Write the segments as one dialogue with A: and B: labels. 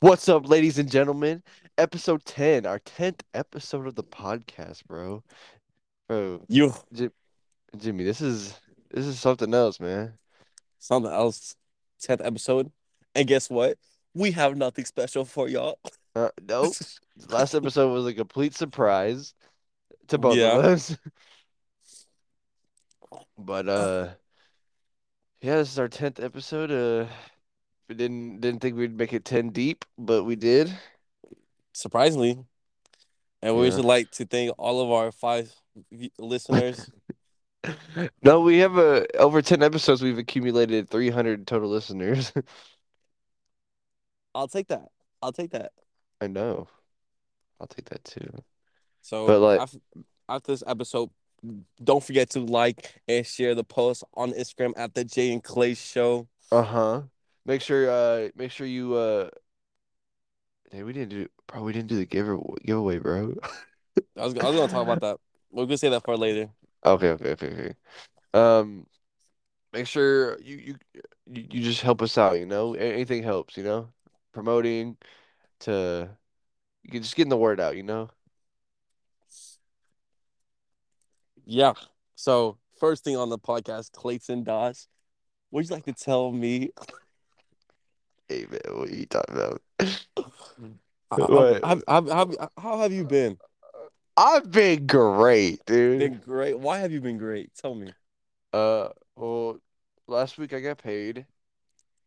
A: What's up, ladies and gentlemen? Episode 10, our 10th episode of the podcast, bro. Bro,
B: You
A: Ji- Jimmy, this is this is something else, man.
B: something else. Tenth episode, and guess what? We have nothing special for y'all.
A: Uh, nope. Last episode was a complete surprise to both
B: Yeah.
A: of us. But uh yeah, this is our 10th episode. Uh we didn't didn't think we'd make it 10 deep, but we did.
B: Surprisingly, and we
A: Yeah.
B: would like to thank all of our five v- listeners.
A: No, we have uh, over 10 episodes we've accumulated 300 total listeners.
B: I'll take that. I'll take that.
A: I know. I'll take that too.
B: So,
A: But, like-
B: af- after this episode, don't forget to like and share the post on Instagram at the Jay and Clay Show.
A: Uh-huh. Make sure uh make sure you uh Hey, we didn't do bro, we didn't do the giveaway giveaway, bro.
B: I was, I was gonna talk about that. We're gonna say that for later.
A: Okay, okay, okay, okay. Um make sure you you you you just help us out, you know? A- Anything helps, you know? Promoting to you just getting the word out, you know?
B: Yeah. So first thing on the podcast, Clayton Doss, would you like to tell me
A: Hey man, what are you talking about?
B: How,
A: What?
B: how, how, how, how have you been?
A: I've been great, dude.
B: Been great. Why have you been great? Tell me.
A: Uh well last week I got paid.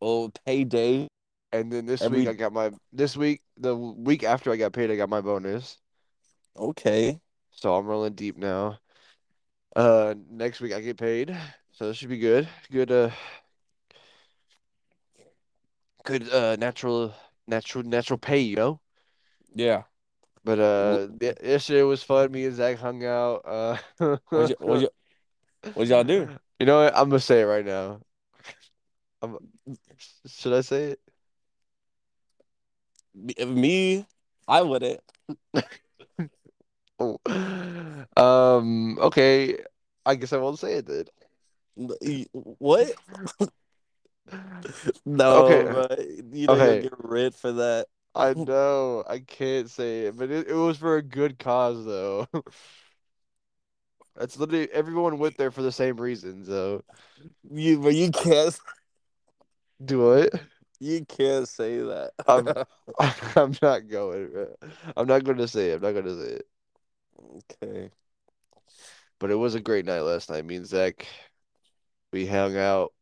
B: Oh, payday.
A: And then this
B: Every-
A: week I got my this week the w- week after I got paid I got my bonus.
B: Okay.
A: So I'm rolling deep now. Uh next week I get paid. So this should be good. Good uh good uh natural natural natural pay, you know?
B: Yeah.
A: But uh y- yesterday was fun. Me and Zach hung out. Uh
B: What you, what you, what y'all do?
A: You know what? I'm gonna say it right now. I'm, should I say it?
B: Me- Me, I wouldn't.
A: Oh. Um okay. I guess I won't say it then.
B: What? No,
A: Okay.
B: but you know
A: Okay.
B: you'll get rid for that.
A: I know I can't say it, but it, it was for a good cause though. That's literally everyone went there for the same reason. So
B: You, but you can't,
A: do it.
B: you can't say that.
A: I'm I'm not going. bro. I'm not going to say it. I'm not going to say it.
B: okay.
A: But it was a great night last night. Me and Zach, we hung out,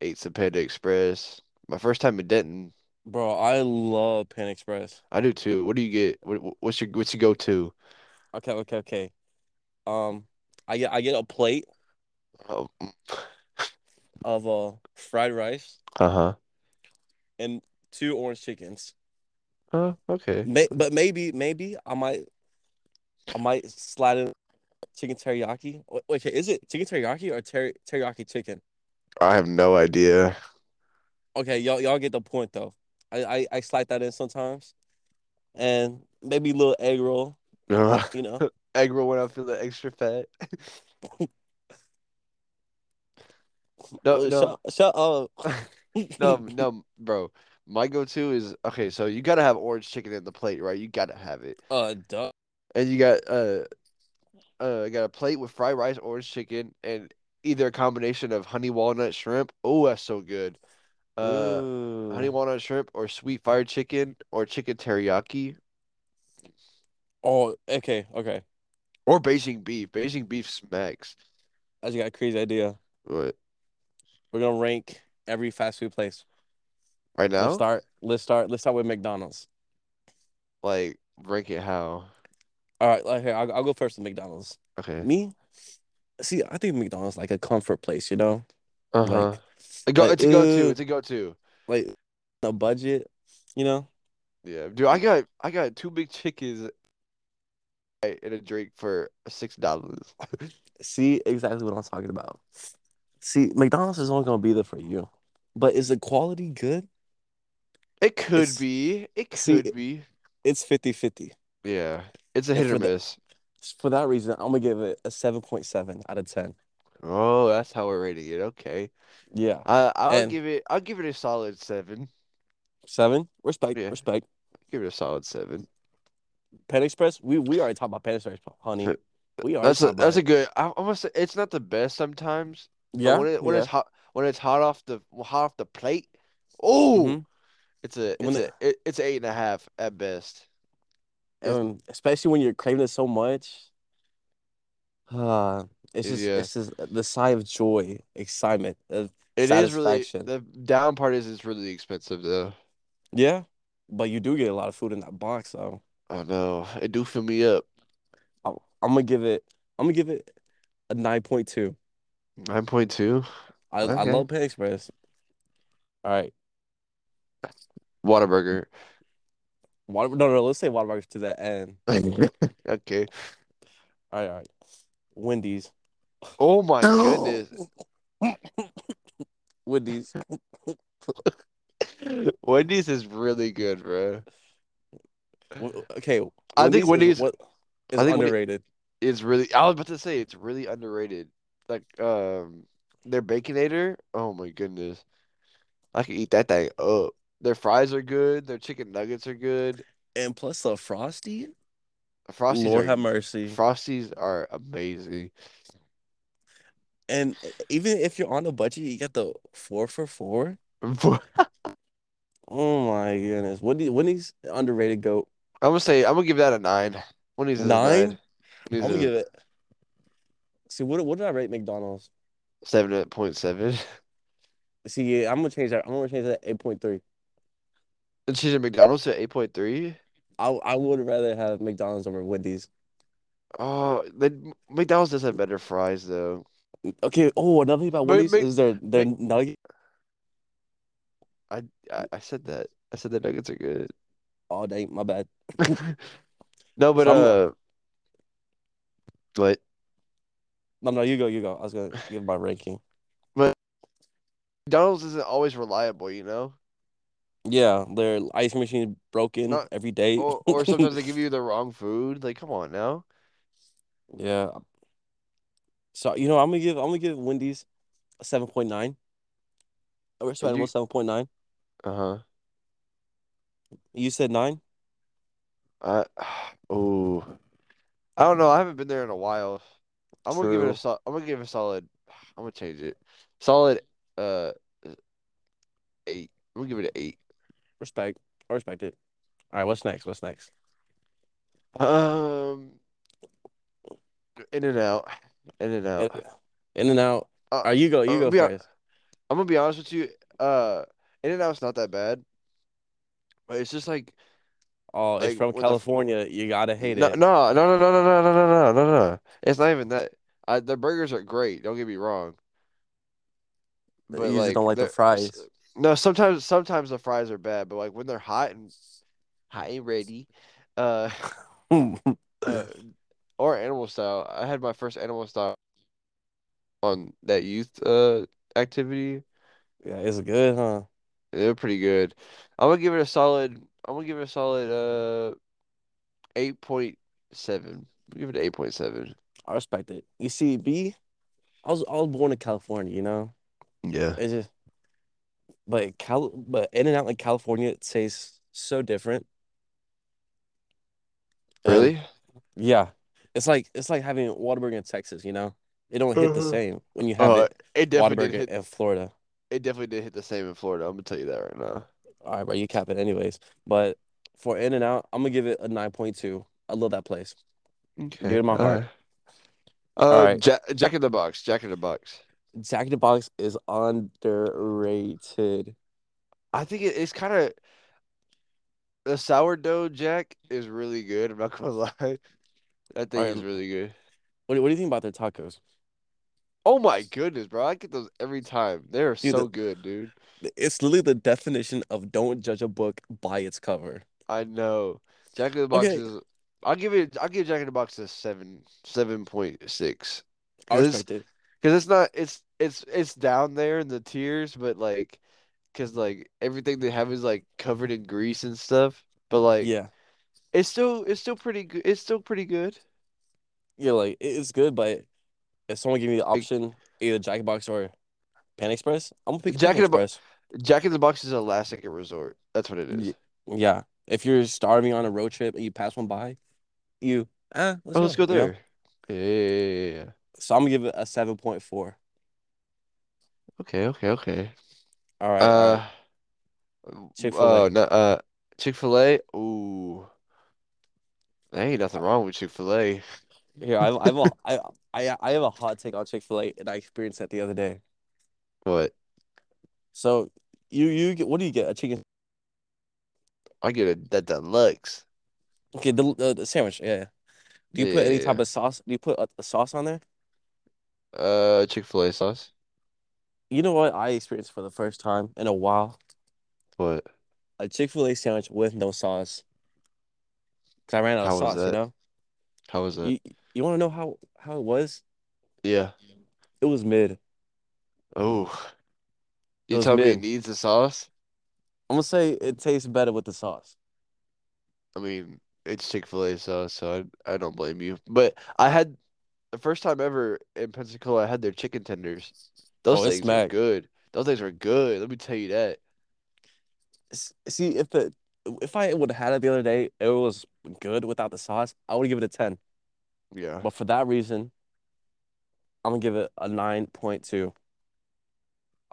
A: ate some Panda Express. My first time in Denton.
B: Bro, I love Pan Express.
A: I do too. What do you get? What, what- what's your what's your go to?
B: Okay, okay, okay. Um, I get, I get a plate
A: Oh,
B: of uh fried rice
A: uh huh.
B: and two orange chickens.
A: Oh, okay.
B: May- but maybe, maybe I might, I might slide in chicken teriyaki. Wait, wait, okay, is it chicken teriyaki or ter- teriyaki chicken?
A: I have no idea.
B: Okay, y'all, y'all get the point though. I, I, I slide that in sometimes, and maybe a little egg roll. You know,
A: egg roll when I feel the extra fat. No,
B: Uh,
A: no.
B: Shut, shut up.
A: No, no, bro. My go-to is okay, so you gotta have orange chicken in the plate, right? You gotta have it.
B: Uh, duh.
A: And you got uh uh you got a plate with fried rice, orange chicken, and either a combination of honey walnut shrimp. Oh, that's so good. Uh honey
B: Ooh.
A: walnut shrimp or sweet fire chicken or chicken teriyaki
B: Oh, okay, okay.
A: or Beijing beef. Beijing beef smacks.
B: I just got a crazy idea.
A: What?
B: We're gonna rank every fast food place.
A: Right
B: Let's
A: now?
B: start. Let's start. Let's start with McDonald's.
A: Like rank it how?
B: All right, like, here, I'll, I'll go first with McDonald's.
A: Okay.
B: Me, see, I think McDonald's like a comfort place, you know,
A: Uh-huh.
B: like,
A: A go,
B: like,
A: it's a go-to.
B: uh,
A: It's a go-to.
B: like a budget, you know.
A: Yeah, dude, I got I got two big chickens and a drink for six dollars.
B: See exactly what I'm talking about. See, McDonald's is only gonna be there for you, but is the quality good?
A: It could
B: It's-
A: be. It
B: see,
A: could be.
B: It's 50-50.
A: Yeah, it's a
B: and
A: hit or
B: for the-
A: miss.
B: For that reason, I'm gonna give it a 7.7 out of 10.
A: Oh, that's how we're rating it. Okay,
B: Yeah.
A: I I'll
B: And-
A: give it. I'll give it a solid seven.
B: Seven. Respect.
A: Yeah.
B: Respect.
A: Give it a solid seven.
B: Pan Express. We we already talked about Pan Express, honey. We are.
A: That's a that's a good. I, I must say it's not the best sometimes. but
B: yeah.
A: When it when
B: yeah.
A: it's hot when it's hot off the hot off the plate. Oh,
B: Mhm.
A: it's a
B: When
A: it's a it, it's eight and a half at best. it's-
B: Um, especially when you're craving it so much. Uh, it's just
A: Yeah.
B: it's just uh, the sigh of joy, excitement. uh, Of,
A: It is really
B: Satisfaction.
A: the down part is it's really expensive though.
B: yeah, but you do get a lot of food in that box, so
A: I know it do fill me up.
B: I'm, I'm gonna give it. I'm gonna give it a nine point two.
A: Nine point two.
B: I I
A: Okay.
B: love Pan Express. All right,
A: Whataburger.
B: Water, no, no, let's say Whataburger to the end.
A: okay.
B: All right, all right. Wendy's,
A: Oh my goodness.
B: Wendy's.
A: Wendy's is really good, bro.
B: W- Okay,
A: I think Wendy's-
B: is, what, is
A: I think Wendy-
B: underrated.
A: It's really I was about to say it's really underrated. Like um their baconator, oh my goodness. I could eat that thing up. Their fries are good, their chicken nuggets are good.
B: and plus the frosty.
A: Frosties
B: Lord
A: are
B: have mercy.
A: Frosties are amazing.
B: and even if you're on a budget, you get the four for four.
A: I'm
B: Oh my goodness, Wendy, Wendy's underrated goat.
A: gonna say I'm gonna give that a nine. Wendy's is a
B: Nine?
A: nine. Wendy's
B: I'm
A: is
B: gonna
A: a
B: give it. See what what did I rate McDonald's?
A: seven point seven.
B: See, yeah, I'm gonna change that. I'm gonna change that eight point three.
A: And she's at McDonald's at eight point three.
B: I I would rather have McDonald's over Wendy's.
A: Oh, then McDonald's does have better fries though.
B: Okay. Oh, another thing about
A: But
B: Wendy's
A: Mc-
B: is their their nugget.
A: I, I said that. I said the nuggets are good.
B: All day. oh, My bad.
A: No, but
B: So
A: uh,
B: I'm
A: but
B: No, no, you go, you go. I was gonna give my ranking.
A: McDonald's isn't always reliable, you know.
B: Yeah, their ice machine is broken
A: Not-
B: every day.
A: Or or sometimes they give you the wrong food. Like, come on now.
B: Yeah. So you know, I'm gonna give I'm gonna give Wendy's a seven point nine. A respectable
A: you-
B: seven point nine.
A: Uh
B: You said nine?
A: huh. I oh, I don't know. I haven't been there in a while. I'm gonna give it a
B: True.
A: sol- I'm gonna give it a solid. I'm gonna change it. Solid. Uh, eight. I'm gonna give it an eight.
B: Respect. I respect it. All right, what's next? What's next?
A: Um, in and out, in and out.
B: In and out.
A: Uh,
B: All right, you go,
A: uh,
B: you go
A: we are-
B: first.
A: I'm gonna be honest with you. Uh, In and Out's not that bad, but it's just like
B: Oh,
A: Like,
B: it's from
A: what the f-
B: California. You gotta hate
A: no,
B: it.
A: no, no, no, no, no, no, no, no, no, no. It's not even that. I, their burgers are great. Don't get me wrong.
B: You
A: But
B: just
A: like,
B: don't like the
A: they're- s-
B: fries.
A: No, sometimes sometimes the fries are bad, but like when they're hot and hot and ready, uh, uh or animal style. I had my first animal style on that youth uh activity.
B: Yeah, it's good, huh?
A: They're pretty good. I'm gonna give it a solid. I'm gonna give it a solid uh eight point seven. Give it an eight point seven.
B: I respect it. You see, B, I was I was born in California, you know?
A: Yeah.
B: It's just but Cal but in and out like California it tastes so different. And-
A: Really?
B: yeah. It's like it's like having Whataburger in Texas, you know? It don't hit the
A: Mhm.
B: same when you have
A: Uh,
B: it
A: it definitely
B: Whataburger
A: did hit.
B: in Florida.
A: It definitely did hit the same in Florida. I'm gonna tell you that right now.
B: All right, bro, you cap it anyways. But for in and out, I'm gonna give it a nine point two. I love that place.
A: Okay.
B: Dear to my heart.
A: Uh,
B: Alright.
A: Jack, Jack in the Box. Jack in the Box.
B: Jack in the Box is underrated.
A: I think it, it's kind of the sourdough Jack is really good. I'm not gonna lie. That thing is
B: Alright.
A: really good.
B: What do, what do you think about their tacos?
A: Oh my goodness, bro! I get those every time. They are
B: Dude,
A: so
B: the-
A: good, dude.
B: It's literally the definition of don't judge a book by its cover.
A: I know. Jack in the Box
B: Okay.
A: is. I'll give it. I'll give Jack in the Box a seven, seven point six.
B: I
A: Cause,
B: respect it.
A: because it's not. It's it's it's down there in the tiers, but like, cause like everything they have is like covered in grease and stuff. But like,
B: Yeah.
A: it's still it's still pretty good. It's still pretty good.
B: Yeah, like it- it's good, but if someone gave me the option, either Jack in the Box or Pan Express, I'm gonna pick
A: Jack
B: Pan
A: in the Bo-
B: Express.
A: Jack in the Box is a last second resort. That's what it is.
B: Ye- Yeah. If you're starving on a road trip and you pass one by, you ah, let's,
A: Oh, let's go
B: you know?
A: there. Yeah, yeah, yeah, yeah.
B: So I'm gonna give it a seven point four.
A: Okay, okay, okay.
B: All right. all right.
A: Uh,
B: Chick-fil-A.
A: Oh, no, uh, Chick-fil-A. Ooh, there ain't nothing wrong with Chick-fil-A.
B: Here, I have, I, have a, I, I, I have a hot take on Chick Fil A, and I experienced that the other day.
A: What?
B: So you you get what do you get? A chicken?
A: I get it. That deluxe.
B: Okay, the, the, the sandwich. Yeah. Do you
A: Yeah,
B: put
A: yeah,
B: any
A: yeah.
B: type of sauce? Do you put a, a sauce on there?
A: Uh, Chick-fil-A sauce.
B: You know what I experienced for the first time in a while?
A: What?
B: A Chick Fil A sandwich with no sauce. Cause I ran out of
A: How was
B: sauce. You
A: that?
B: know.
A: How was it?
B: You you want to know how how it was?
A: Yeah.
B: It was mid.
A: Oh,
B: It
A: you
B: was
A: tell me it
B: mid.
A: needs the sauce?
B: I'm gonna say it tastes better with the sauce.
A: I mean, it's Chick-fil-A sauce, so I I don't blame you. But I had the first time ever in Pensacola, I had their chicken tenders. Those
B: Oh, it's
A: things are
B: smack.
A: good. Those things are good. Let me tell you that.
B: S- See if the if I would have had it the other day, it was good without the sauce. I would give it a ten.
A: Yeah.
B: But for that reason, I'm gonna give it a nine point two.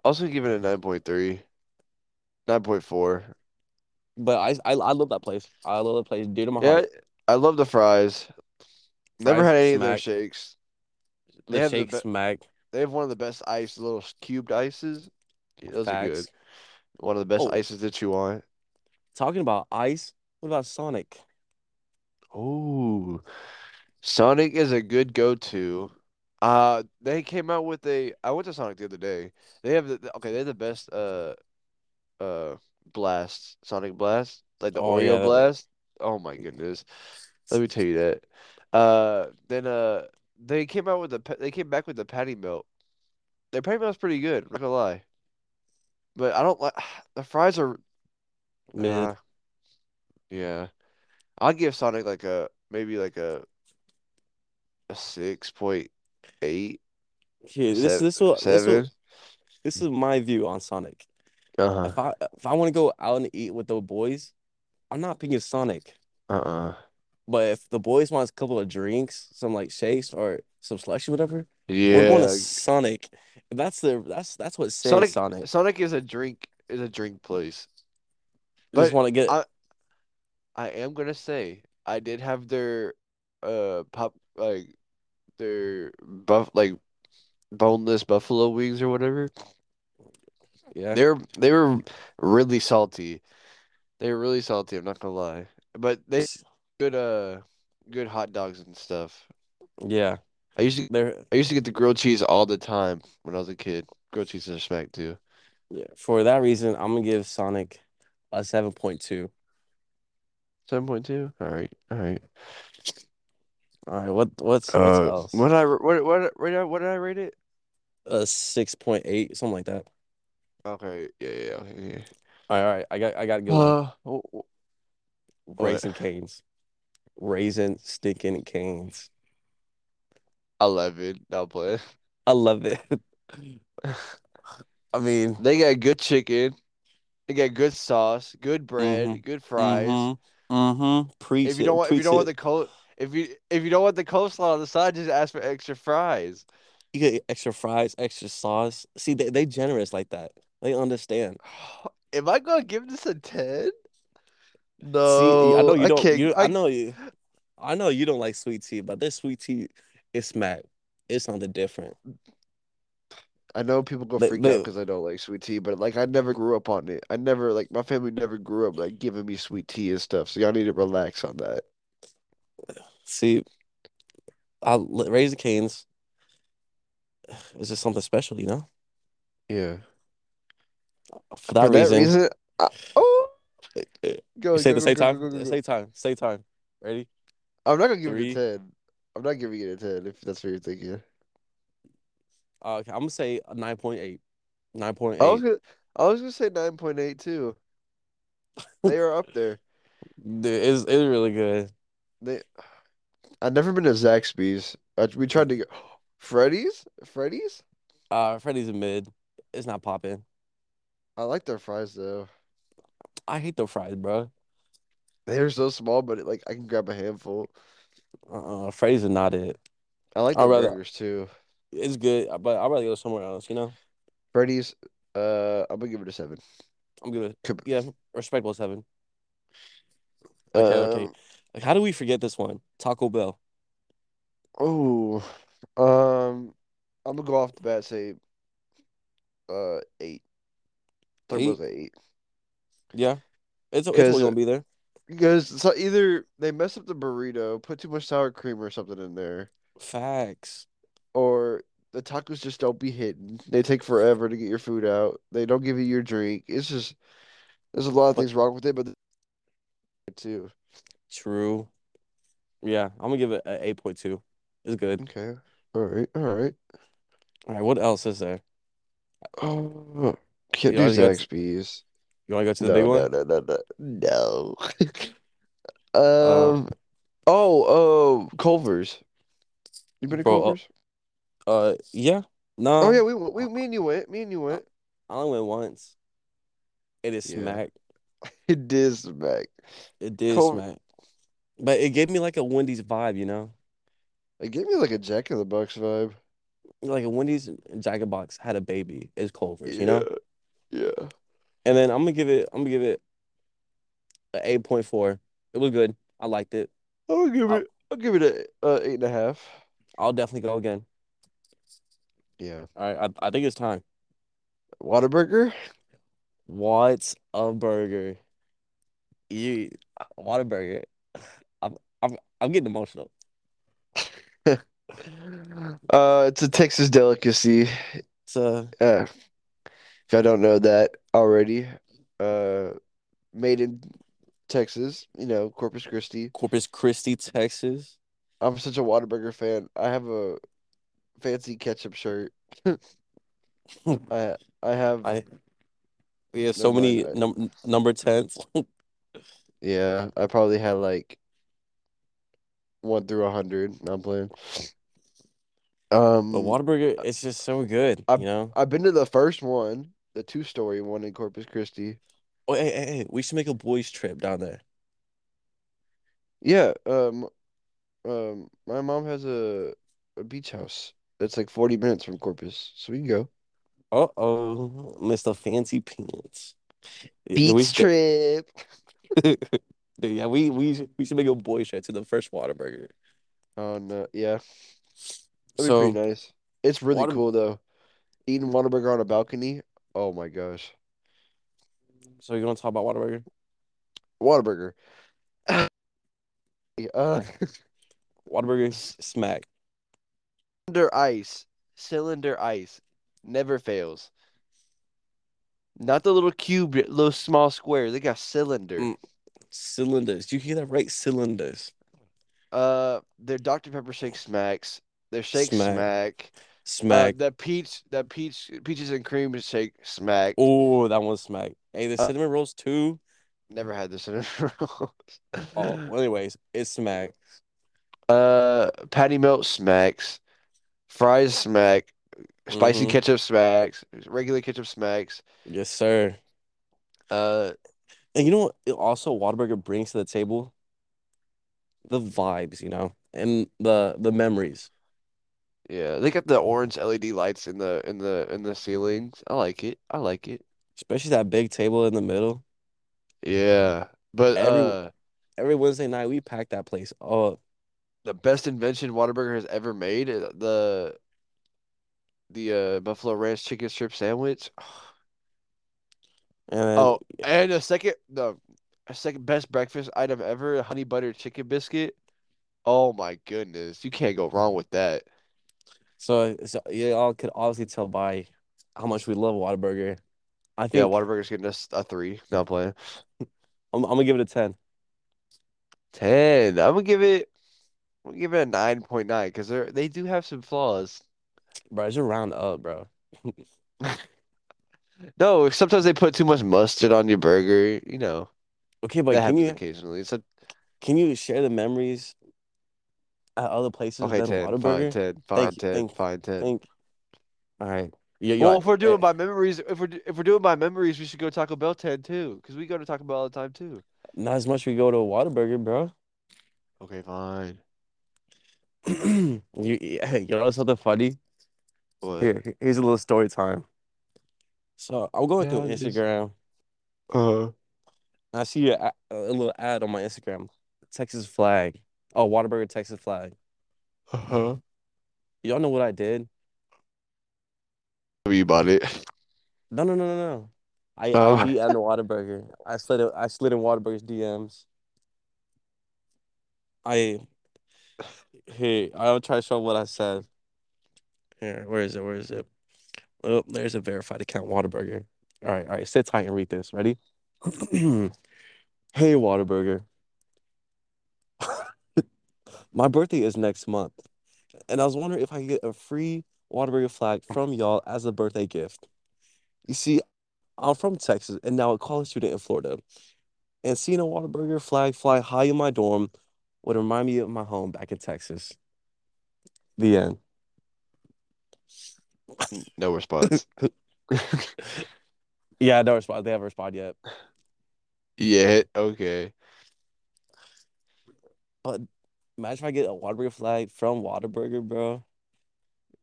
A: Also give it a 9.3, 9.4.
B: But I, I I love that place. I love that place, dude, in my
A: Yeah,
B: heart.
A: I love the fries. Never
B: Fries
A: had any of their
B: smack,
A: shakes. They
B: the
A: have the
B: shake
A: be
B: smack,
A: they have one of the best ice little s- cubed ices. Yeah, those are good.
B: facts.
A: One of the best
B: Oh,
A: ices that you want.
B: talking about ice, what about Sonic?
A: Oh, Sonic is a good go-to. Uh, they came out with a. I went to Sonic the other day. They have the the- okay. They have the best uh uh blast Sonic Blast, like the
B: Oh
A: Oreo
B: yeah,
A: blast. Oh my goodness, let me tell you that. Uh, then uh, they came out with the pa- they came back with the patty melt. Their patty melt's pretty good. Not gonna lie, but I don't like the fries are.
B: mid.
A: Uh, yeah, I'll give Sonic like a maybe like a a six point eight.
B: Here, this
A: Seven,
B: this will this will
A: seven.
B: this is my view on Sonic.
A: Uh-huh.
B: If I if I want to go out and eat with the boys, I'm not picking Sonic.
A: Uh-uh.
B: But if the boys want a couple of drinks, some like shakes or some slushy, whatever, we're going
A: Yeah.
B: to Sonic. That's the that's that's what saves
A: Sonic
B: Sonic.
A: Sonic is a drink is a drink place.
B: I just
A: But
B: want to get
A: I I am gonna say I did have their uh pop like their buff like boneless buffalo wings or whatever.
B: yeah.
A: They were they were really salty. They were really salty, I'm not gonna lie. But they
B: S-
A: good uh good hot dogs and stuff.
B: Yeah,
A: I used to
B: there
A: I used to get the grilled cheese all the time when I was a kid. Grilled cheese is a smack too.
B: yeah. For that reason, I'm gonna give Sonic a seven point two.
A: Seven point two. All right, all right.
B: All right, what what's what's
A: Uh,
B: else?
A: what I what what what did I, what did I rate it?
B: A six point eight, something like that.
A: Okay, yeah, yeah, okay, yeah.
B: All right, all right. I got I got to go with
A: Uh, wh- wh- what?
B: Raisin Canes, Raisin Stinking Canes.
A: Eleven. I'll play.
B: I love it. I mean,
A: They got good chicken. They got good sauce, good
B: mm-hmm,
A: bread, good fries.
B: mm-hmm, mm-hmm.
A: If
B: Preach
A: you don't
B: it,
A: want, if you
B: preach
A: don't want
B: it.
A: the col, if you if you don't want the coleslaw on the side, just ask for extra fries.
B: You get extra fries, extra sauce. See, they they generous like that. They understand.
A: Am I gonna give this a ten?
B: See, I know
A: No, Oh,
B: you
A: I
B: don't.
A: can't.
B: You, I
A: I
B: know you. I know you don't like sweet tea, but this sweet tea is smack. It's something different.
A: I know people go
B: They,
A: freak out
B: they,
A: because I don't like sweet tea, but like I never grew up on it. I never like my family never grew up like giving me sweet tea and stuff. So y'all need to relax on that.
B: see, I Raising Cane's is just something special, you know?
A: Yeah.
B: For
A: For
B: that
A: that
B: reason,
A: reason, I, oh,
B: eh, eh,
A: go
B: we say
A: go go
B: the same
A: go go
B: time,
A: go go. go.
B: same time, same time. Ready?
A: I'm not gonna give it a
B: Three.
A: ten. I'm not giving it a ten if that's what you're thinking.
B: Uh, okay, I'm gonna say a
A: I
B: 9.8.
A: was
B: 9.8.
A: gonna I was gonna say nine point eight too. They are up there.
B: Dude, It's, it's really good.
A: They I've never been to Zaxby's. I, we tried to go Freddy's? Freddy's?
B: Uh, Freddy's a mid. It's not popping.
A: I like their fries though.
B: I hate the fries, bro.
A: They're so small, but it, like I can grab a handful.
B: Uh, uh fries are not it.
A: I like
B: I'd
A: their
B: rather-
A: burgers too.
B: It's good, but I'd rather go somewhere else. You know,
A: Freddy's, uh, I'm gonna give it a seven.
B: I'm gonna
A: Could-
B: yeah, respectable seven. Okay, okay.
A: Um,
B: Like, how do we forget this one? Taco Bell.
A: Oh, um, I'm gonna go off the bat say, uh, eight. Taco Bell's at eight
B: Yeah, it's it's
A: Because-
B: only gonna be there.
A: because so either they mess up the burrito, put too much sour cream or something in there,
B: Facts.
A: or the tacos just don't be hidden. They take forever to get your food out. They don't give you your drink. It's just there's a lot of
B: But-
A: things wrong with it, but too
B: True. Yeah, I'm gonna give it an eight point two. It's good.
A: okay. All right, all right.
B: All right, what else is there?
A: Oh, can't
B: You
A: do
B: already got-
A: Zaxby's.
B: You want to go to the
A: no,
B: big
A: no,
B: one?
A: no, no, no, no. um, oh, oh, Culver's. You been to
B: Bro, uh, um,
A: Culver's?
B: Uh, yeah. No,
A: oh yeah, we went. We, me and you went. Me and you went.
B: I only went once. It is
A: Yeah.
B: smack.
A: It did smack.
B: It did
A: Col-
B: smack. But it gave me like a Wendy's vibe, you know?
A: It gave me like a Jack in the Box vibe.
B: Like a Wendy's Jack in the Box had a baby. It's Culver's, you know?
A: Yeah. yeah.
B: And then I'm gonna give it. I'm gonna give it an eight point four. It was good. I liked it.
A: I'll give
B: Oh.
A: it. I'll give it a uh, eight and a half.
B: I'll definitely go again.
A: Yeah.
B: All right. I, I think it's time.
A: Whataburger.
B: What's a burger? You what a burger. I'm I'm I'm getting emotional.
A: Uh, it's a Texas delicacy.
B: So
A: Uh, if y'all don't know that already, uh, made in Texas. You know, Corpus Christi.
B: Corpus Christi, Texas.
A: I'm such a Whataburger fan. I have a fancy ketchup shirt. I I have
B: I yeah, so
A: Never mind
B: many
A: that.
B: num- number tens.
A: yeah. I probably had like one through a hundred. Not playing.
B: But Mm-hmm.
A: Um,
B: Whataburger, it's just so good,
A: I-
B: you know.
A: I've been to the first one, the two story one in Corpus Christi.
B: Oh, hey, hey, hey, we should make a boys trip down there.
A: Yeah. Um. Um. My mom has a a beach house that's like forty minutes from Corpus, so we can go.
B: Uh oh, Mr. Fancy Pants. Yeah, we
A: Beach
B: should-
A: trip.
B: Dude, yeah, we we should- we should make a boys trip to the first Whataburger.
A: Oh no. Yeah. That'd
B: So
A: be pretty nice. It's really
B: Whata-
A: cool though. Eating Whataburger on a balcony. Oh my gosh.
B: so you want to talk about Whataburger?
A: Whataburger. Uh,
B: Whataburger is smack.
A: cylinder ice. Cylinder ice. Never fails. Not the little cube, little small square. They got cylinder.
B: Mm. Cylinders. Do you hear that right? Cylinders.
A: Uh, their Dr. Pepper shake smacks. Their shake
B: Smack.
A: smack. Uh,
B: Smack.
A: that peach, that peach, peaches and cream shake smack.
B: oh, that one's smack. Hey, the
A: Uh,
B: cinnamon rolls too.
A: Never had this in a row.
B: Oh, well, anyways, it's smack.
A: Uh, patty melt smacks. Fries smack. Spicy
B: Mhm.
A: ketchup smacks. Regular ketchup smacks.
B: Yes, sir.
A: Uh,
B: And you know what? it also, Whataburger brings to the table the vibes, you know, and the the memories.
A: Yeah, they got the orange LED lights in the in the in the ceilings. I like it. I like it.
B: Especially that big table in the middle.
A: Yeah. But
B: Every-
A: uh
B: Every Wednesday night, we pack that place up.
A: the best invention Whataburger has ever made, uh, the the uh Buffalo Ranch chicken strip sandwich.
B: And then,
A: Oh, and a second the a second best breakfast item ever, a honey butter chicken biscuit. Oh my goodness. You can't go wrong with that.
B: so, so y'all could obviously tell by how much we love Whataburger. I
A: Yeah,
B: think
A: Whataburger's getting us a three. Not playing.
B: I'm, I'm gonna give it a 10.
A: Ten. I'm gonna give it I'm gonna give it a nine point nine because they're they do have some flaws.
B: Bro, it's a round up, bro.
A: No, sometimes they put too much mustard on your burger. You know,
B: Okay,
A: that
B: but can
A: happens
B: you
A: occasionally. It's a,
B: can you share the memories at other places
A: okay,
B: than
A: 10, fine,
B: Whataburger?
A: 10, fine,
B: Thank you,
A: 10,
B: thank you,
A: fine, 10.
B: Think. All right. Yeah, you're
A: Well,
B: like,
A: if we're doing
B: "Eh."
A: by memories, if we're do- if we're doing by memories, we should go Taco Bell ten too, because we go to Taco Bell all the time too.
B: not as much we go to a Whataburger, bro.
A: Okay, fine.
B: you, yeah, you know something funny?
A: What?
B: Here, he- here's a little story time. So I'm going through
A: Yeah, just-
B: Instagram. Uh-huh,
A: Uh,
B: and I see a, a little ad on my Instagram. Texas flag. Oh, Whataburger Texas flag.
A: uh-huh.
B: Y'all know what I did?
A: You bought it.
B: No, no, no, no, no. I,
A: Oh.
B: I DM the Whataburger. I slid a- I slid in Whataburger's DMs. I here I'll try to show what I said. Here, where is it? Where is it? Oh, there's a verified account, Whataburger. All right, all right. Sit tight and read this. Ready? hey, Whataburger. My birthday is next month, and I was wondering if I could get a free Whataburger flag from y'all as a birthday gift. You see, I'm from Texas and now a college student in Florida. And seeing a Whataburger flag fly high in my dorm would remind me of my home back in Texas. The end.
A: No response.
B: Yeah, no response. They haven't responded yet.
A: Yeah. Okay.
B: Imagine if I get a Whataburger flag from Whataburger, bro.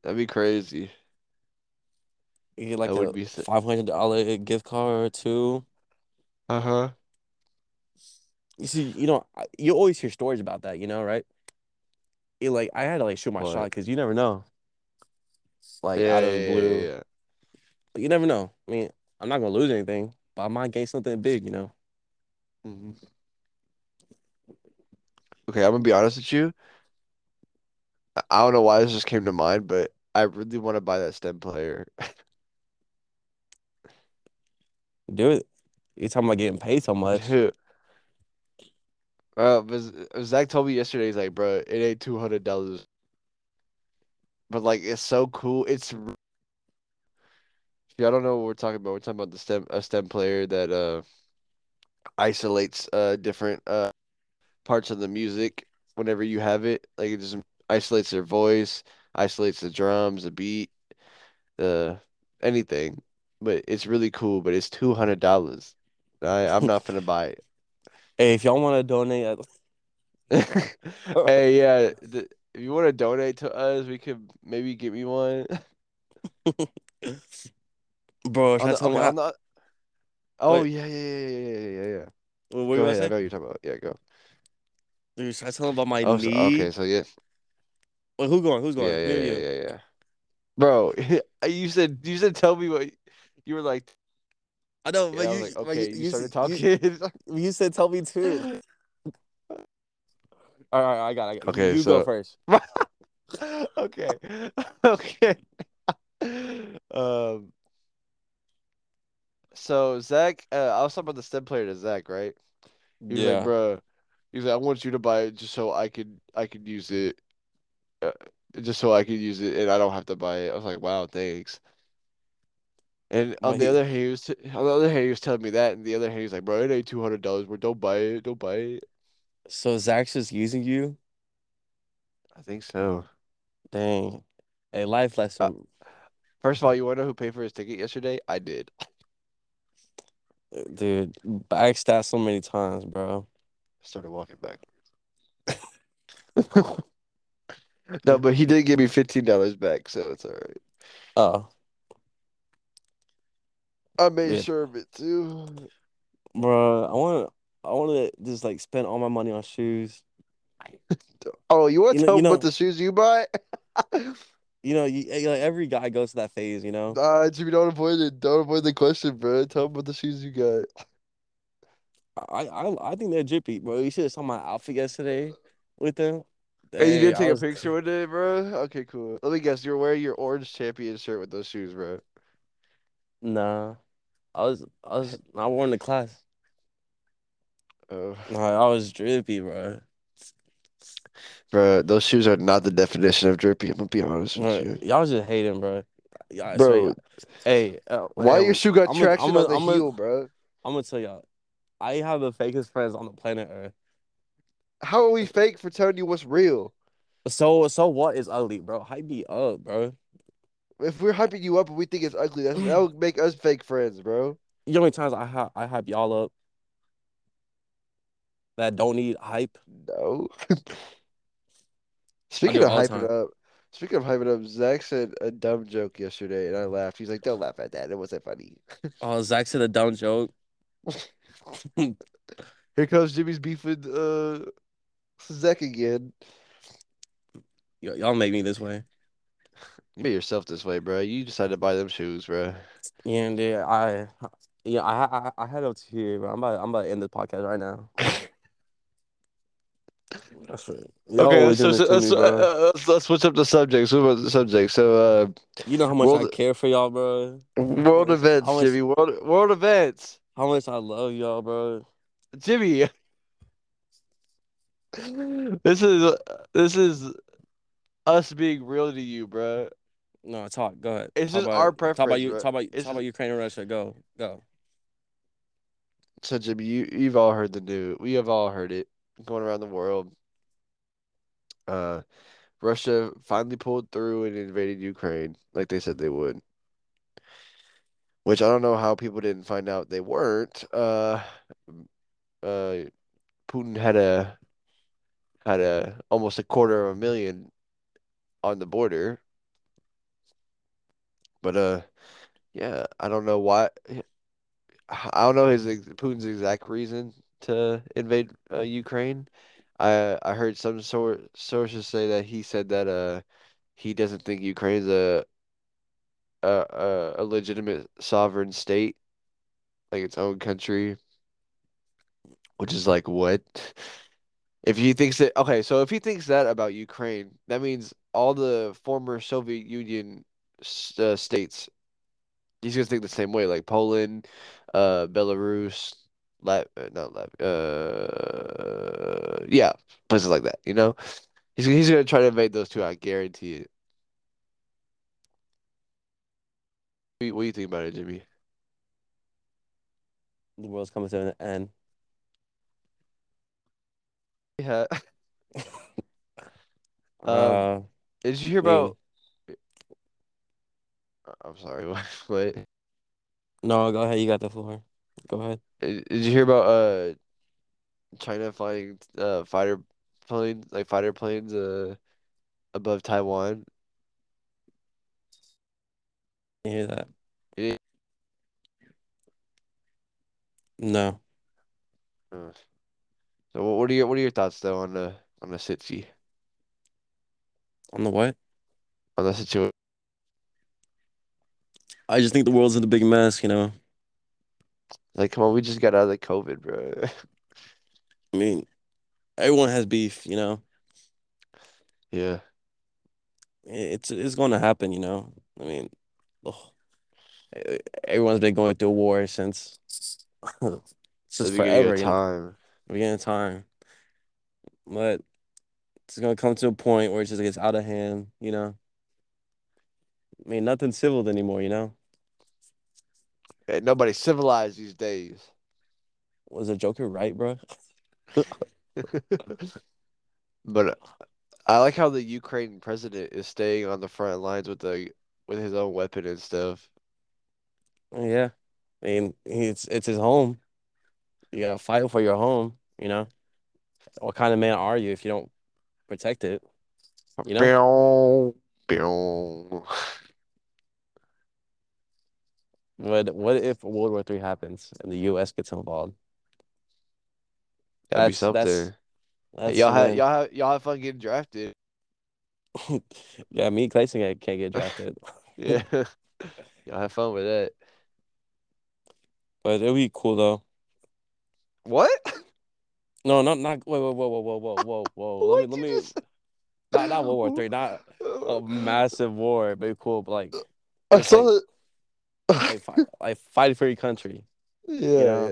A: That'd be crazy.
B: You get like
A: That would
B: a
A: be sick.
B: five hundred dollar gift card or two.
A: Uh huh.
B: You see, you know, I- you always hear stories about that, you know, right? It, like I had to like shoot my
A: What?
B: shot because you never know. Like
A: Yeah,
B: out of the
A: yeah, yeah,
B: blue.
A: yeah.
B: But you never know. I mean, I'm not gonna lose anything, but I might gain something big, you know.
A: Mhm. Okay, I'm gonna be honest with you. I I don't know why this just came to mind, but I really want to buy that stem player.
B: Do it. You're talking about getting paid so much.
A: Dude, uh, but Z- Zach told me yesterday, he's like, bro, it ain't two hundred dollars, but like it's so cool. It's r- yeah, I don't know what we're talking about. We're talking about the stem a stem player that uh isolates uh different uh parts of the music whenever you have it. Like it just isolates their voice, isolates the drums, the beat, the anything. But it's really cool. But it's two hundred dollars. I I'm not gonna buy it.
B: Hey, if y'all want to donate, uh,
A: Hey, yeah, th if you want to donate to us, we could maybe get me one.
B: bro, Oh,
A: On
B: should I
A: the,
B: tell
A: okay,
B: my
A: on the, oh
B: wait,
A: yeah, yeah, yeah, yeah, yeah, yeah. yeah.
B: what
A: Go
B: were you gonna
A: ahead. I
B: say?
A: know what you're talking about. Yeah, go.
B: Dude, should I tell him about my
A: Oh, so, okay.
B: knee?
A: So yeah,
B: Wait, who going? Who's
A: yeah,
B: going? Me
A: yeah,
B: or
A: yeah,
B: you?
A: yeah, yeah. Bro, you said you said tell me what you were like.
B: I know,
A: Yeah,
B: but
A: I was
B: you,
A: like,
B: but you,
A: okay, you
B: you,
A: started
B: s- you,
A: talking.
B: you said tell me too. All right, all right, I got, it, I got. it. You,
A: Okay,
B: you go
A: so
B: first.
A: okay, okay. Um, so Zach, uh, I was talking about the stem player to Zach, right? He was like,
B: Yeah.
A: bro, he's like, I want you to buy it just so I could I could use it, uh, just so I could use it, and I don't have to buy it. I was like, wow, thanks. And on
B: But
A: the
B: he,
A: other hand, he was t on the other hand, he was telling me that, and the other hand, he's like, bro, it ain't two hundred dollars, bro. Don't buy it, don't buy it.
B: so Zach's just using you?
A: I think so.
B: Dang. Hey, life
A: Uh,
B: lesson.
A: first of all, you wanna know who paid for his ticket yesterday? I did. Uh,
B: Dude, backstab so many times, bro.
A: Started walking back. No, but he did give me fifteen dollars back, so it's all right.
B: Oh,
A: I made
B: yeah,
A: sure of it too.
B: bro. I want to, I want to just like spend all my money on shoes.
A: Oh, you want
B: You
A: to
B: know,
A: tell
B: you
A: him about
B: know,
A: the shoes you bought?
B: you know. You, eh, like every guy goes to that phase, you know.
A: Nah, Jimmy, don't avoid it. Don't avoid the question, bro. Tell them about the shoes you got.
B: I, I, I think they're drippy, bro. You should have saw my outfit yesterday with them.
A: Hey, you
B: Hey,
A: did
B: I
A: take a
B: was.
A: picture with it, bro? Okay, cool. Let me guess, you're wearing your orange champion shirt with those shoes, bro.
B: Nah, I was, I was. I wore in the class.
A: Oh.
B: Nah, I was drippy, bro.
A: Bro, those shoes are not the definition of drippy. I'm gonna be honest with
B: Bro,
A: you.
B: y'all just hating, bro. Yeah, I swear, y'all.
A: Bro,
B: Hey, uh,
A: why
B: hey,
A: your shoe got
B: I'm gonna, I'm
A: traction
B: gonna,
A: on the
B: I'm gonna,
A: heel, bro?
B: I'm gonna tell y'all. I have the fakest friends on the planet Earth.
A: How are we fake for telling you what's real?
B: So so what is ugly, bro? Hype me up, bro.
A: If we're hyping you up and we think it's ugly, that's, that would make us fake friends, bro.
B: You know how many times I hy- I hype y'all up that don't need hype?
A: No. Speaking
B: do it
A: of
B: all the
A: hyping up, speaking of hyping up, Zach said a dumb joke yesterday, and I laughed. He's like, "Don't laugh at that. It wasn't funny."
B: Oh, Zach said a dumb joke.
A: Here comes Jimmy's beef with uh Zach again.
B: Y- y'all make me this way.
A: You made yourself this way, bro. You decided to buy them shoes, bro.
B: And yeah, I yeah, I I, I head up to here, bro. I'm about I'm about to end this podcast right now. That's right. Y'all
A: Okay,
B: always
A: so,
B: doing
A: so,
B: this to
A: uh,
B: me,
A: so, uh,
B: bro.
A: uh, let's, let's switch up the subject. Switch up the subject. So,
B: You know how much I
A: World-
B: care for y'all, bro.
A: uh, world
B: much-
A: events,
B: how much-
A: Jimmy. World world events,
B: How much I love y'all, bro.
A: Jimmy. This is this is us being real to you, bro.
B: No, talk. Go ahead.
A: It's
B: talk
A: just
B: about,
A: our
B: Talk about
A: preference,
B: you.
A: bro.
B: Talk about
A: It's
B: talk about Ukraine and Russia. Go go.
A: So, Jimmy, you you've all heard the news. We have all heard it going around the world. Uh, Russia finally pulled through and invaded Ukraine like they said they would, which I don't know how people didn't find out they weren't. Uh, uh, Putin had a had a almost a quarter of a million on the border, but uh, yeah, I don't know why. I don't know his ex- Putin's exact reason to invade uh, Ukraine. I I heard some sor sources say that he said that uh he doesn't think Ukraine's a a a, a legitimate sovereign state, like its own country, which is like what? If he thinks that okay, so if he thinks that about Ukraine, that means all the former Soviet Union s- uh, states he's gonna think the same way, like Poland, uh, Belarus, Lat, uh, not Lat, uh, yeah, places like that. You know, he's he's gonna try to invade those two. I guarantee it. What do you, what do you think about it, Jimmy?
B: The world's coming to an end.
A: Yeah. Um,
B: Uh,
A: did you hear
B: yeah.
A: about? I'm sorry. What? what?
B: No, go ahead. You got the floor. Go ahead.
A: Did did you hear about uh China flying uh fighter planes like fighter planes uh above Taiwan?
B: You hear that?
A: It,
B: No.
A: uh, so what what are your what are your thoughts though on the on the situ
B: On the what?
A: on the situation?
B: I just think the world's in a big mess. You know.
A: Like, come on, we just got out of the COVID, bro.
B: I mean, everyone has beef. You know.
A: Yeah.
B: I- It's it's going to happen. You know. I mean, ugh. E- everyone's been going through war since
A: The
B: since
A: beginning of
B: forever. You know,
A: time.
B: beginning of time. But it's gonna come to a point where it just gets out of hand. You know. I mean, nothing's civil anymore. You know.
A: And nobody's civilized these days.
B: Was the Joker right, bro?
A: But uh, I like how the Ukraine president is staying on the front lines with the with his own weapon and stuff.
B: Yeah. I mean, it's it's his home. You gotta fight for your home. You know. What kind of man are you if you don't protect it? You know.
A: Bow, bow.
B: But what if World War Three happens and the U.S. gets involved?
A: That'd be
B: That's that's
A: something. Hey,
B: that's
A: Y'all have
B: when.
A: y'all have y'all have fun getting drafted.
B: Yeah, me and Clayson can't can't get drafted.
A: Yeah. Y'all have fun with that.
B: But it'll be cool though.
A: What?
B: No, not not whoa whoa whoa whoa whoa whoa whoa whoa. Let me
A: What
B: let
A: you
B: me
A: just
B: not not World War Three, Oh, not a massive war. It'd be cool, but like
A: I
B: just like
A: saw it.
B: like fight like fight for your country, you
A: Yeah,
B: know?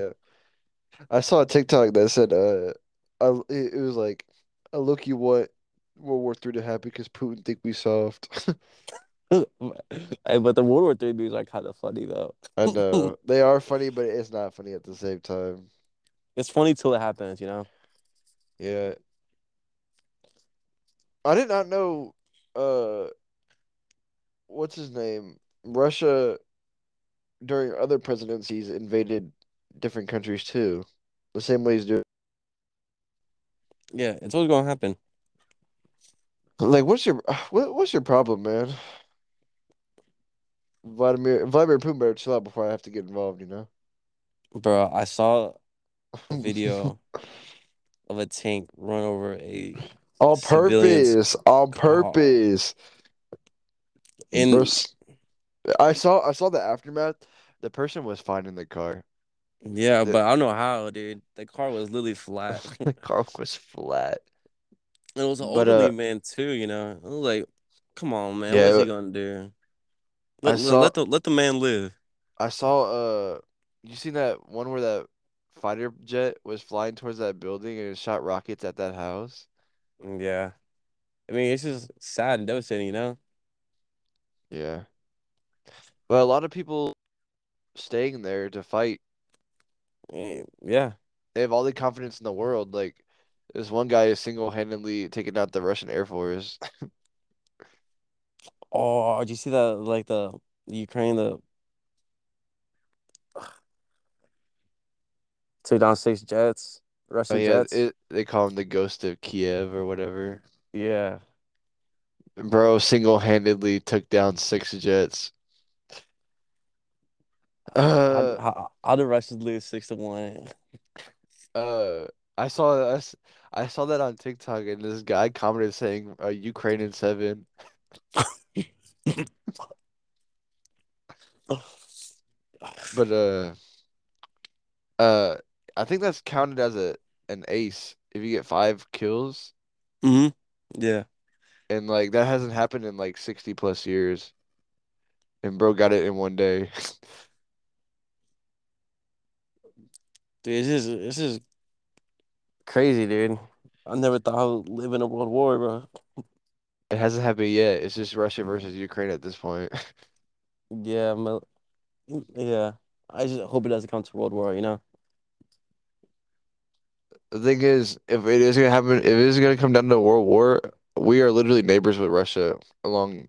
A: yeah. I saw a TikTok that said, uh, I, it, it was like, I look, you want World War Three to happen because Putin think we soft.
B: Hey, but the World War Three dudes are kind of funny though.
A: I know they are funny, but it's not funny at the same time.
B: It's funny till it happens, you know?
A: Yeah, I did not know, uh, what's his name? Russia during other presidencies invaded different countries too, the same way he's doing.
B: Yeah, it's always gonna happen.
A: Like, what's your what, what's your problem, man? Vladimir Vladimir Putin better chill out before I have to get involved, you know?
B: Bro, I saw a video of a tank run over a
A: On
B: Civilians
A: purpose, on
B: car.
A: purpose. Bro,
B: and
A: s- I saw I saw the aftermath. The person was fine in the car.
B: yeah,
A: The,
B: but I don't know how, dude. The car was literally flat.
A: the car was flat.
B: And it was an
A: But
B: elderly
A: uh
B: man too, you know. I was like, come on, man, what is
A: yeah,
B: he gonna do?
A: I
B: Let let,
A: saw
B: let the let the man live.
A: I saw uh you seen that one where that fighter jet was flying towards that building and it shot rockets at that house?
B: Mm, Yeah. I mean, it's just sad and devastating, you know?
A: Yeah. But a lot of people staying there to fight,
B: Eh, Yeah.
A: they have all the confidence in the world. Like this one guy is single-handedly taking out the Russian Air Force.
B: Oh, did you see that like the Ukraine the took down six jets,
A: Oh
B: Russian
A: yeah,
B: jets?
A: it they call him the ghost of Kiev or whatever.
B: Yeah.
A: Bro single-handedly took down six jets.
B: How
A: Uh
B: how how the Russians lose six to one?
A: uh I saw I, s- I saw that on TikTok and this guy commented saying uh, Ukraine in seven. But uh uh I think that's counted as a an ace if you get five kills
B: hmm Yeah.
A: and like that hasn't happened in like 60 plus years and bro got it in one day.
B: Dude, this is this is crazy, dude. I never thought I would live in a world war, bro.
A: It hasn't happened yet. It's just Russia versus Ukraine at this point.
B: Yeah, my, yeah. I just hope it doesn't come to World War, you know?
A: The thing is, if it is gonna happen, if it is gonna come down to a world war, we are literally neighbors with Russia along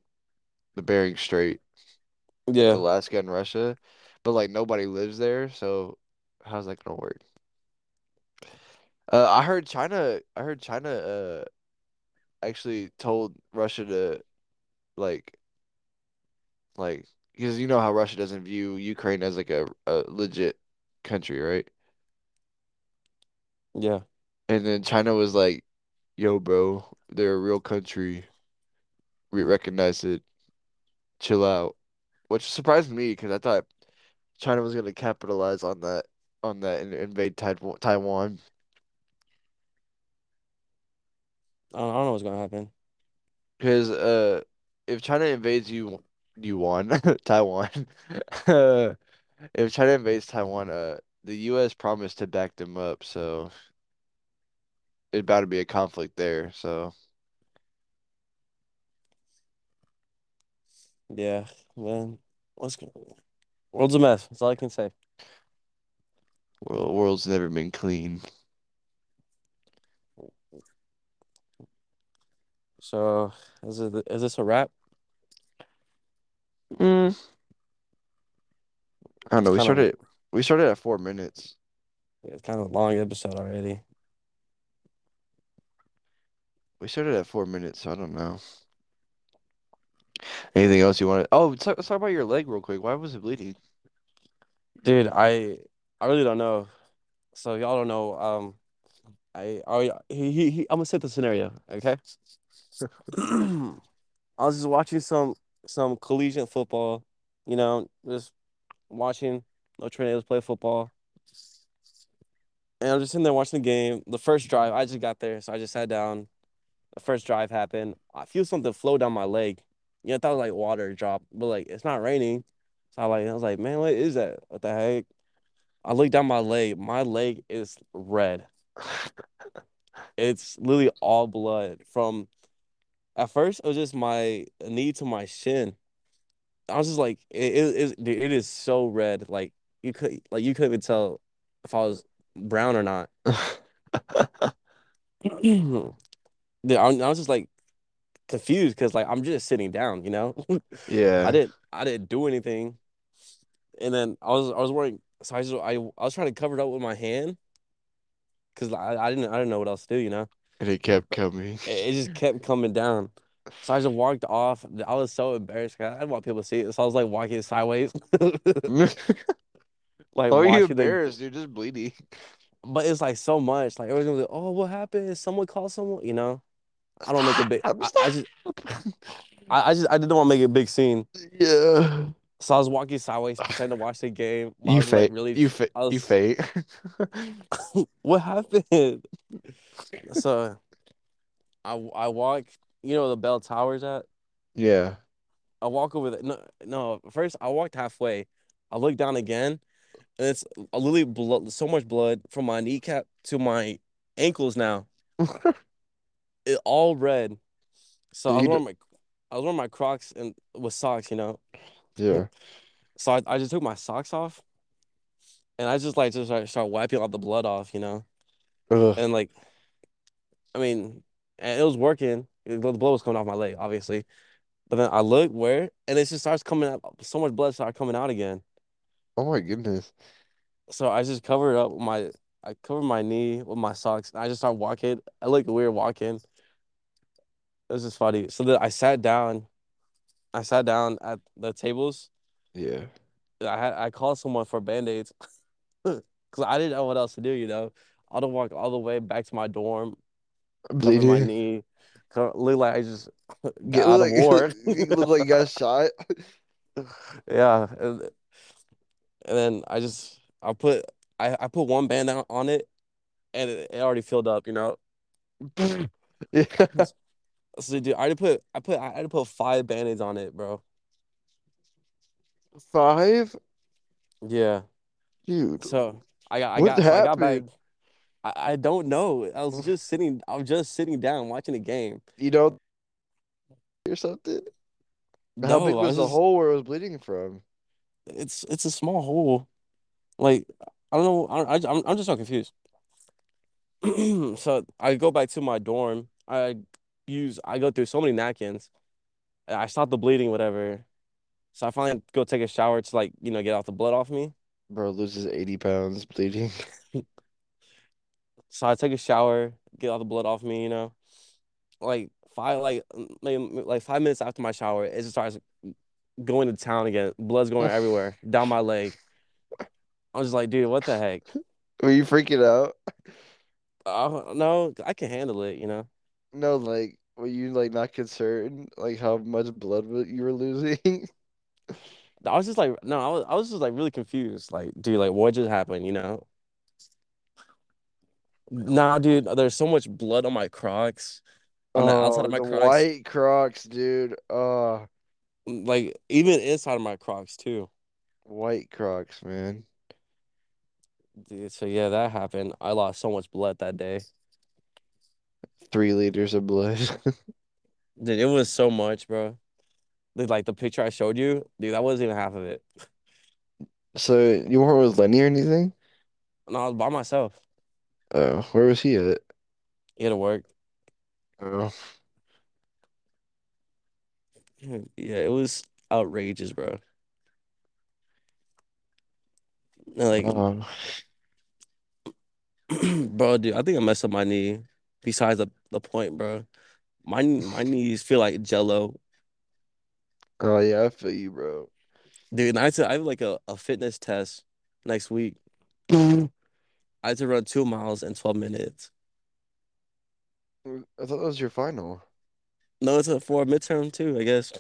A: the Bering Strait,
B: Yeah.
A: Alaska and Russia, but like nobody lives there, so how's that gonna work? Uh, I heard China, I heard China, uh, actually told Russia to like, like, because you know how Russia doesn't view Ukraine as like a, a legit country, right?
B: Yeah.
A: And then China was like, "Yo, bro, they're a real country. We recognize it. Chill out." which surprised me because I thought China was going to capitalize on that on that and invade Taiwan. Taiwan.
B: I don't, I don't know what's gonna happen.
A: Because uh, if China invades you, you won Taiwan. Uh, if China invades Taiwan, uh, the U.S. promised to back them up, so it bound to be a conflict there. So
B: Yeah, man. What's going World's a mess. That's all I can say.
A: world world's never been clean.
B: So, is it is this a wrap?
A: Mm. I don't
B: It's
A: know. We
B: kind of
A: started we started at four minutes.
B: it's kind of a long episode already.
A: We started at four minutes, so I don't know. Anything else you want to? Oh, talk, let's talk about your leg real quick. Why was it bleeding?
B: Dude, I I really don't know. So y'all don't know. Um, I I he he, he I'm gonna set the scenario, okay? I was just watching some some collegiate football, you know, just watching no trainers play football, and I'm just sitting there watching the game. The first drive, I just got there, so I just sat down. The first drive happened. I feel something flow down my leg. You know, I thought it was like water drop, but like it's not raining. So I like I was like, man, what is that? What the heck? I look down my leg. My leg is red. It's literally all blood from at first it was just my knee to my shin. I was just like, it is it, it, it is so red. Like you could like you couldn't even tell if I was brown or not.
A: That's
B: Dude, I, I was just like. confused because like I'm just sitting down, you know. I
A: Yeah.
B: didn't I didn't do anything, and then I was I was wearing so I just I, I was trying to cover it up with my hand because I, I didn't I didn't know what else to do, you know.
A: And it kept coming.
B: It, it just kept coming down. So I just walked off. I was so embarrassed. 'cause I didn't want people to see it. So I was like walking sideways, like
A: Oh, you
B: watching the
A: embarrassed, dude. Just bleeding.
B: but it's like so much. Like everyone's gonna be like, oh, what happened? Someone called someone, you know? I don't make a big.
A: I'm
B: I, I just, I, I just, I didn't want to make a big scene.
A: Yeah.
B: So I was walking sideways, pretending to watch the game. while I
A: You
B: was, like,
A: fake.
B: really?
A: You fake.
B: I
A: You
B: was,
A: fake.
B: what happened? So I, I walk. You know where the bell towers at.
A: Yeah.
B: I walk over there. No, no. First, I walked halfway. I look down again, and it's literally blood, so much blood from my kneecap to my ankles now. It all red. So I was
A: You
B: wearing my I was wearing my Crocs and with socks, you know.
A: Yeah.
B: So I, I just took my socks off and I just like just start, start wiping all the blood off, you know.
A: Ugh.
B: And like I mean, and it was working. It- The blood was coming off my leg, obviously. But then I look where and it just starts coming out. So much blood started coming out again.
A: Oh my goodness.
B: So I just covered up with my I covered my knee with my socks and I just started walking. I looked weird walking. It was just funny. So then I sat down. I sat down at the tables.
A: Yeah.
B: I had I called someone for band-aids because I didn't know what else to do, you know. I had to walk all the way back to my dorm, cover my
A: Bleeding.
B: knee, co- look like I just
A: Get
B: got out of
A: look
B: war.
A: like look like you got shot.
B: Yeah, and, and then I just I put I, I put one band out on it, and it, it already filled up, you know.
A: Yeah.
B: So dude, I already put I put I had to put five band-aids on it, bro.
A: Five,
B: Yeah.
A: dude.
B: So I got I
A: What
B: got so I got back.
A: happened?
B: I, I don't know. I was just sitting. I was just sitting down watching the game.
A: You know, or something? How big
B: No, I
A: was
B: was
A: the
B: just.
A: hole where it was bleeding from?
B: it's it's a small hole. Like I don't know. I, I I'm I'm just so confused. so I go back to my dorm. I use I go through so many napkins. and I stop the bleeding, whatever. So I finally go take a shower to like you know get off the blood off me.
A: Bro loses 80 pounds bleeding.
B: So I take a shower, get all the blood off me. You know, like five like m- maybe like five minutes after my shower, it just starts going to town again. Blood's going everywhere down my leg. I was just like, dude, what the heck?
A: Were you freaking out?
B: Uh, no, I can handle it. You know.
A: No, like, were you like not concerned like how much blood wa- you were losing?
B: I was just like, no, I was, I was just like really confused. Like, dude, like what just happened? You know? Nah, dude, there's so much blood on my Crocs, on the outside
A: Oh,
B: of my
A: the
B: Crocs,
A: white Crocs, dude. Oh,
B: mm, like even inside of my Crocs too.
A: white Crocs, man.
B: Dude, so yeah, that happened. I lost so much blood that day.
A: Three liters of blood.
B: Dude, it was so much, bro. Dude, like the picture I showed you, dude, that wasn't even half of it.
A: So you weren't with Lenny or anything?
B: And I was by myself.
A: Oh, where was he at?
B: He had to work.
A: Oh,
B: Yeah, it was outrageous, bro. Like,
A: oh.
B: bro, dude, I think I messed up my knee. Besides the the point, bro. My my knees feel like jello.
A: Oh yeah, I feel you, bro.
B: Dude, and I had to, I have like a, a fitness test next week.
A: I
B: I had to run two miles in 12 minutes.
A: thought that was your final.
B: No, it's a, for a midterm too, I guess.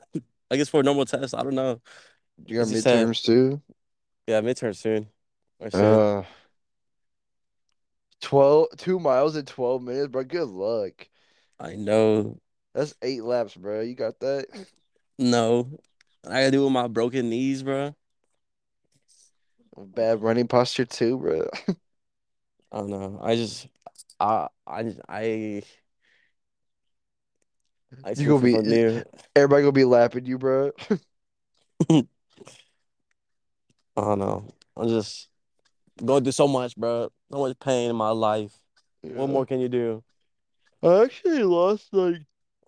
B: I guess for a normal test. I don't know.
A: You got
B: Because he said,
A: midterms too?
B: yeah, midterm soon or soon.
A: Uh, 12, two miles in 12 minutes, bro. Good luck.
B: I know.
A: That's eight laps, bro. You got that?
B: No. I gotta do with my broken knees, bro.
A: Bad running posture too, bro.
B: I don't know. I just, I, I, I, I
A: You
B: too
A: gonna
B: feel
A: be
B: new.
A: everybody gonna be lapping you, bro.
B: I don't know. I'm just going through so much, bro. So much pain in my life. What
A: Yeah.
B: more can you do?
A: I actually lost like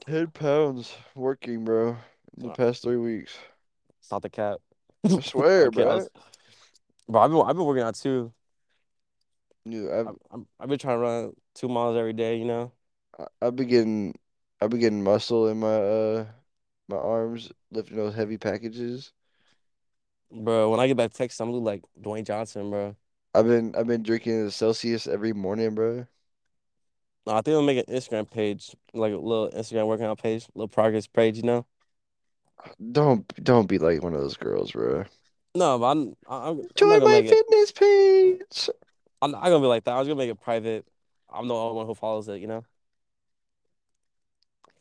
A: Ten pounds working, bro, in the
B: Uh,
A: past three weeks.
B: It's not the cap.
A: I swear,
B: Okay, I
A: bro.
B: was- bro, I've been I've been working out too.
A: Dude, I've
B: I'm, I'm I've been trying to run two miles every day. You know,
A: I- I've been getting I've been getting muscle in my uh my arms lifting those heavy packages.
B: bro. When I get back to Texas, I'm gonna look like Dwayne Johnson, bro.
A: I've been I've been drinking the Celsius every morning, bro.
B: Nah, I think I'll make an Instagram page, like a little Instagram working out page, little progress page. You know.
A: Don't don't be like one of those girls, bro.
B: No, but I'm I- I'm I'm not
A: Join
B: gonna
A: my
B: make it.
A: fitness page.
B: I'm not gonna be like that. I was gonna make it private. I'm the only one who follows it. You know.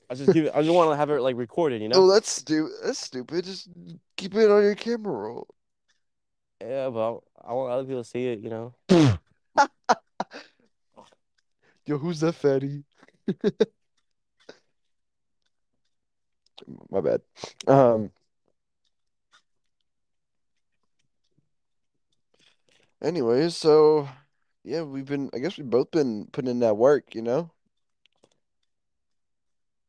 B: I just keep it. I just want to have it like recorded. You
A: Oh,
B: know.
A: that's stu that's stupid. Just keep it on your camera roll.
B: Yeah, but I, I want other people to see it. You know.
A: Yo, who's that fatty? My bad. Um. Anyways, so yeah, we've been. I guess we've both been putting in that work, you know.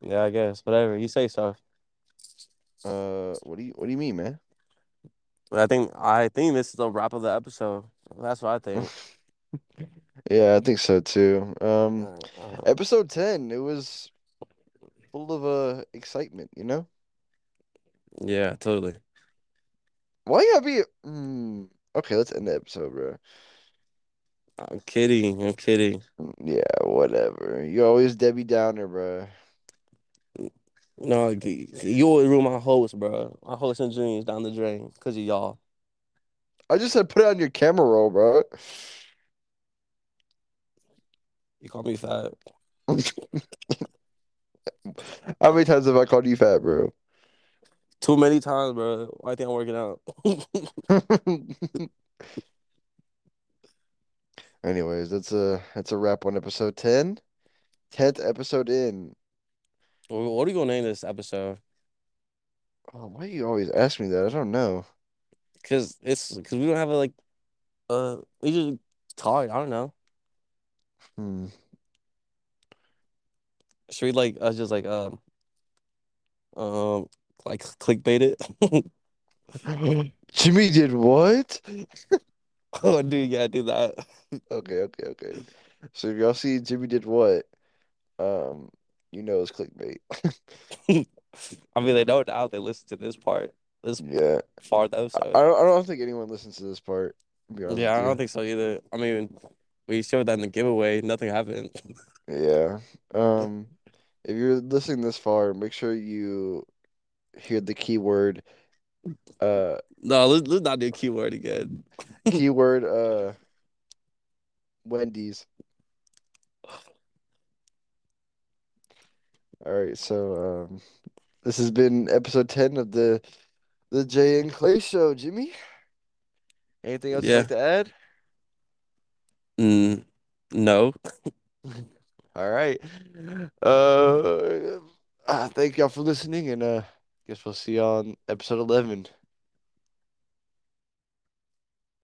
B: Yeah, I guess whatever you say so.
A: Uh, what do you what do you mean, man?
B: But I think I think this is the wrap of the episode. That's what I think.
A: Yeah, I think so too. Um,
B: Uh, uh,
A: episode 10, it was full of uh excitement, you know?
B: yeah, totally.
A: Why you gotta be mm, okay, let's end the episode, bro.
B: I'm kidding. I'm kidding.
A: Mm, Yeah, whatever. You're always Debbie Downer, bro.
B: No, you you always ruin my hopes, bro. My hopes and dreams down the drain because of y'all.
A: I just said put it on your camera roll, bro.
B: You call me fat.
A: How many times have I called you fat, bro?
B: Too many times, bro. I think I'm working out.
A: Anyways, that's a that's a wrap on episode 10. 10th episode in.
B: Wh- what are you gonna name this episode?
A: Oh, why you always ask me that? I don't know.
B: Cause it's cause we don't have a like uh we just talk. I don't know.
A: Hmm.
B: Should we like us just like um um like clickbait it?
A: Jimmy did what?
B: oh, dude, yeah, do that.
A: Okay, okay, okay. So if y'all see Jimmy did what, um, you know it's clickbait.
B: I mean, they don't doubt they listen to this part, this
A: Yeah.
B: far though.
A: I,
B: So
A: I don't I don't think anyone listens to this part, to be honest
B: yeah,
A: with
B: I don't
A: you.
B: think so either. I mean, we showed that in the giveaway. Nothing happened.
A: Yeah. Um, if you're listening this far, make sure you hear the keyword uh
B: No, let's, let's not do keyword again.
A: keyword uh Wendy's. All right, so um this has been episode ten of the the Jay and Clay show, Jimmy. Anything else you'd
B: Yeah.
A: like to add?
B: Mm, no.
A: All right. Uh, uh, thank y'all for listening, and uh, guess we'll see you on episode 11.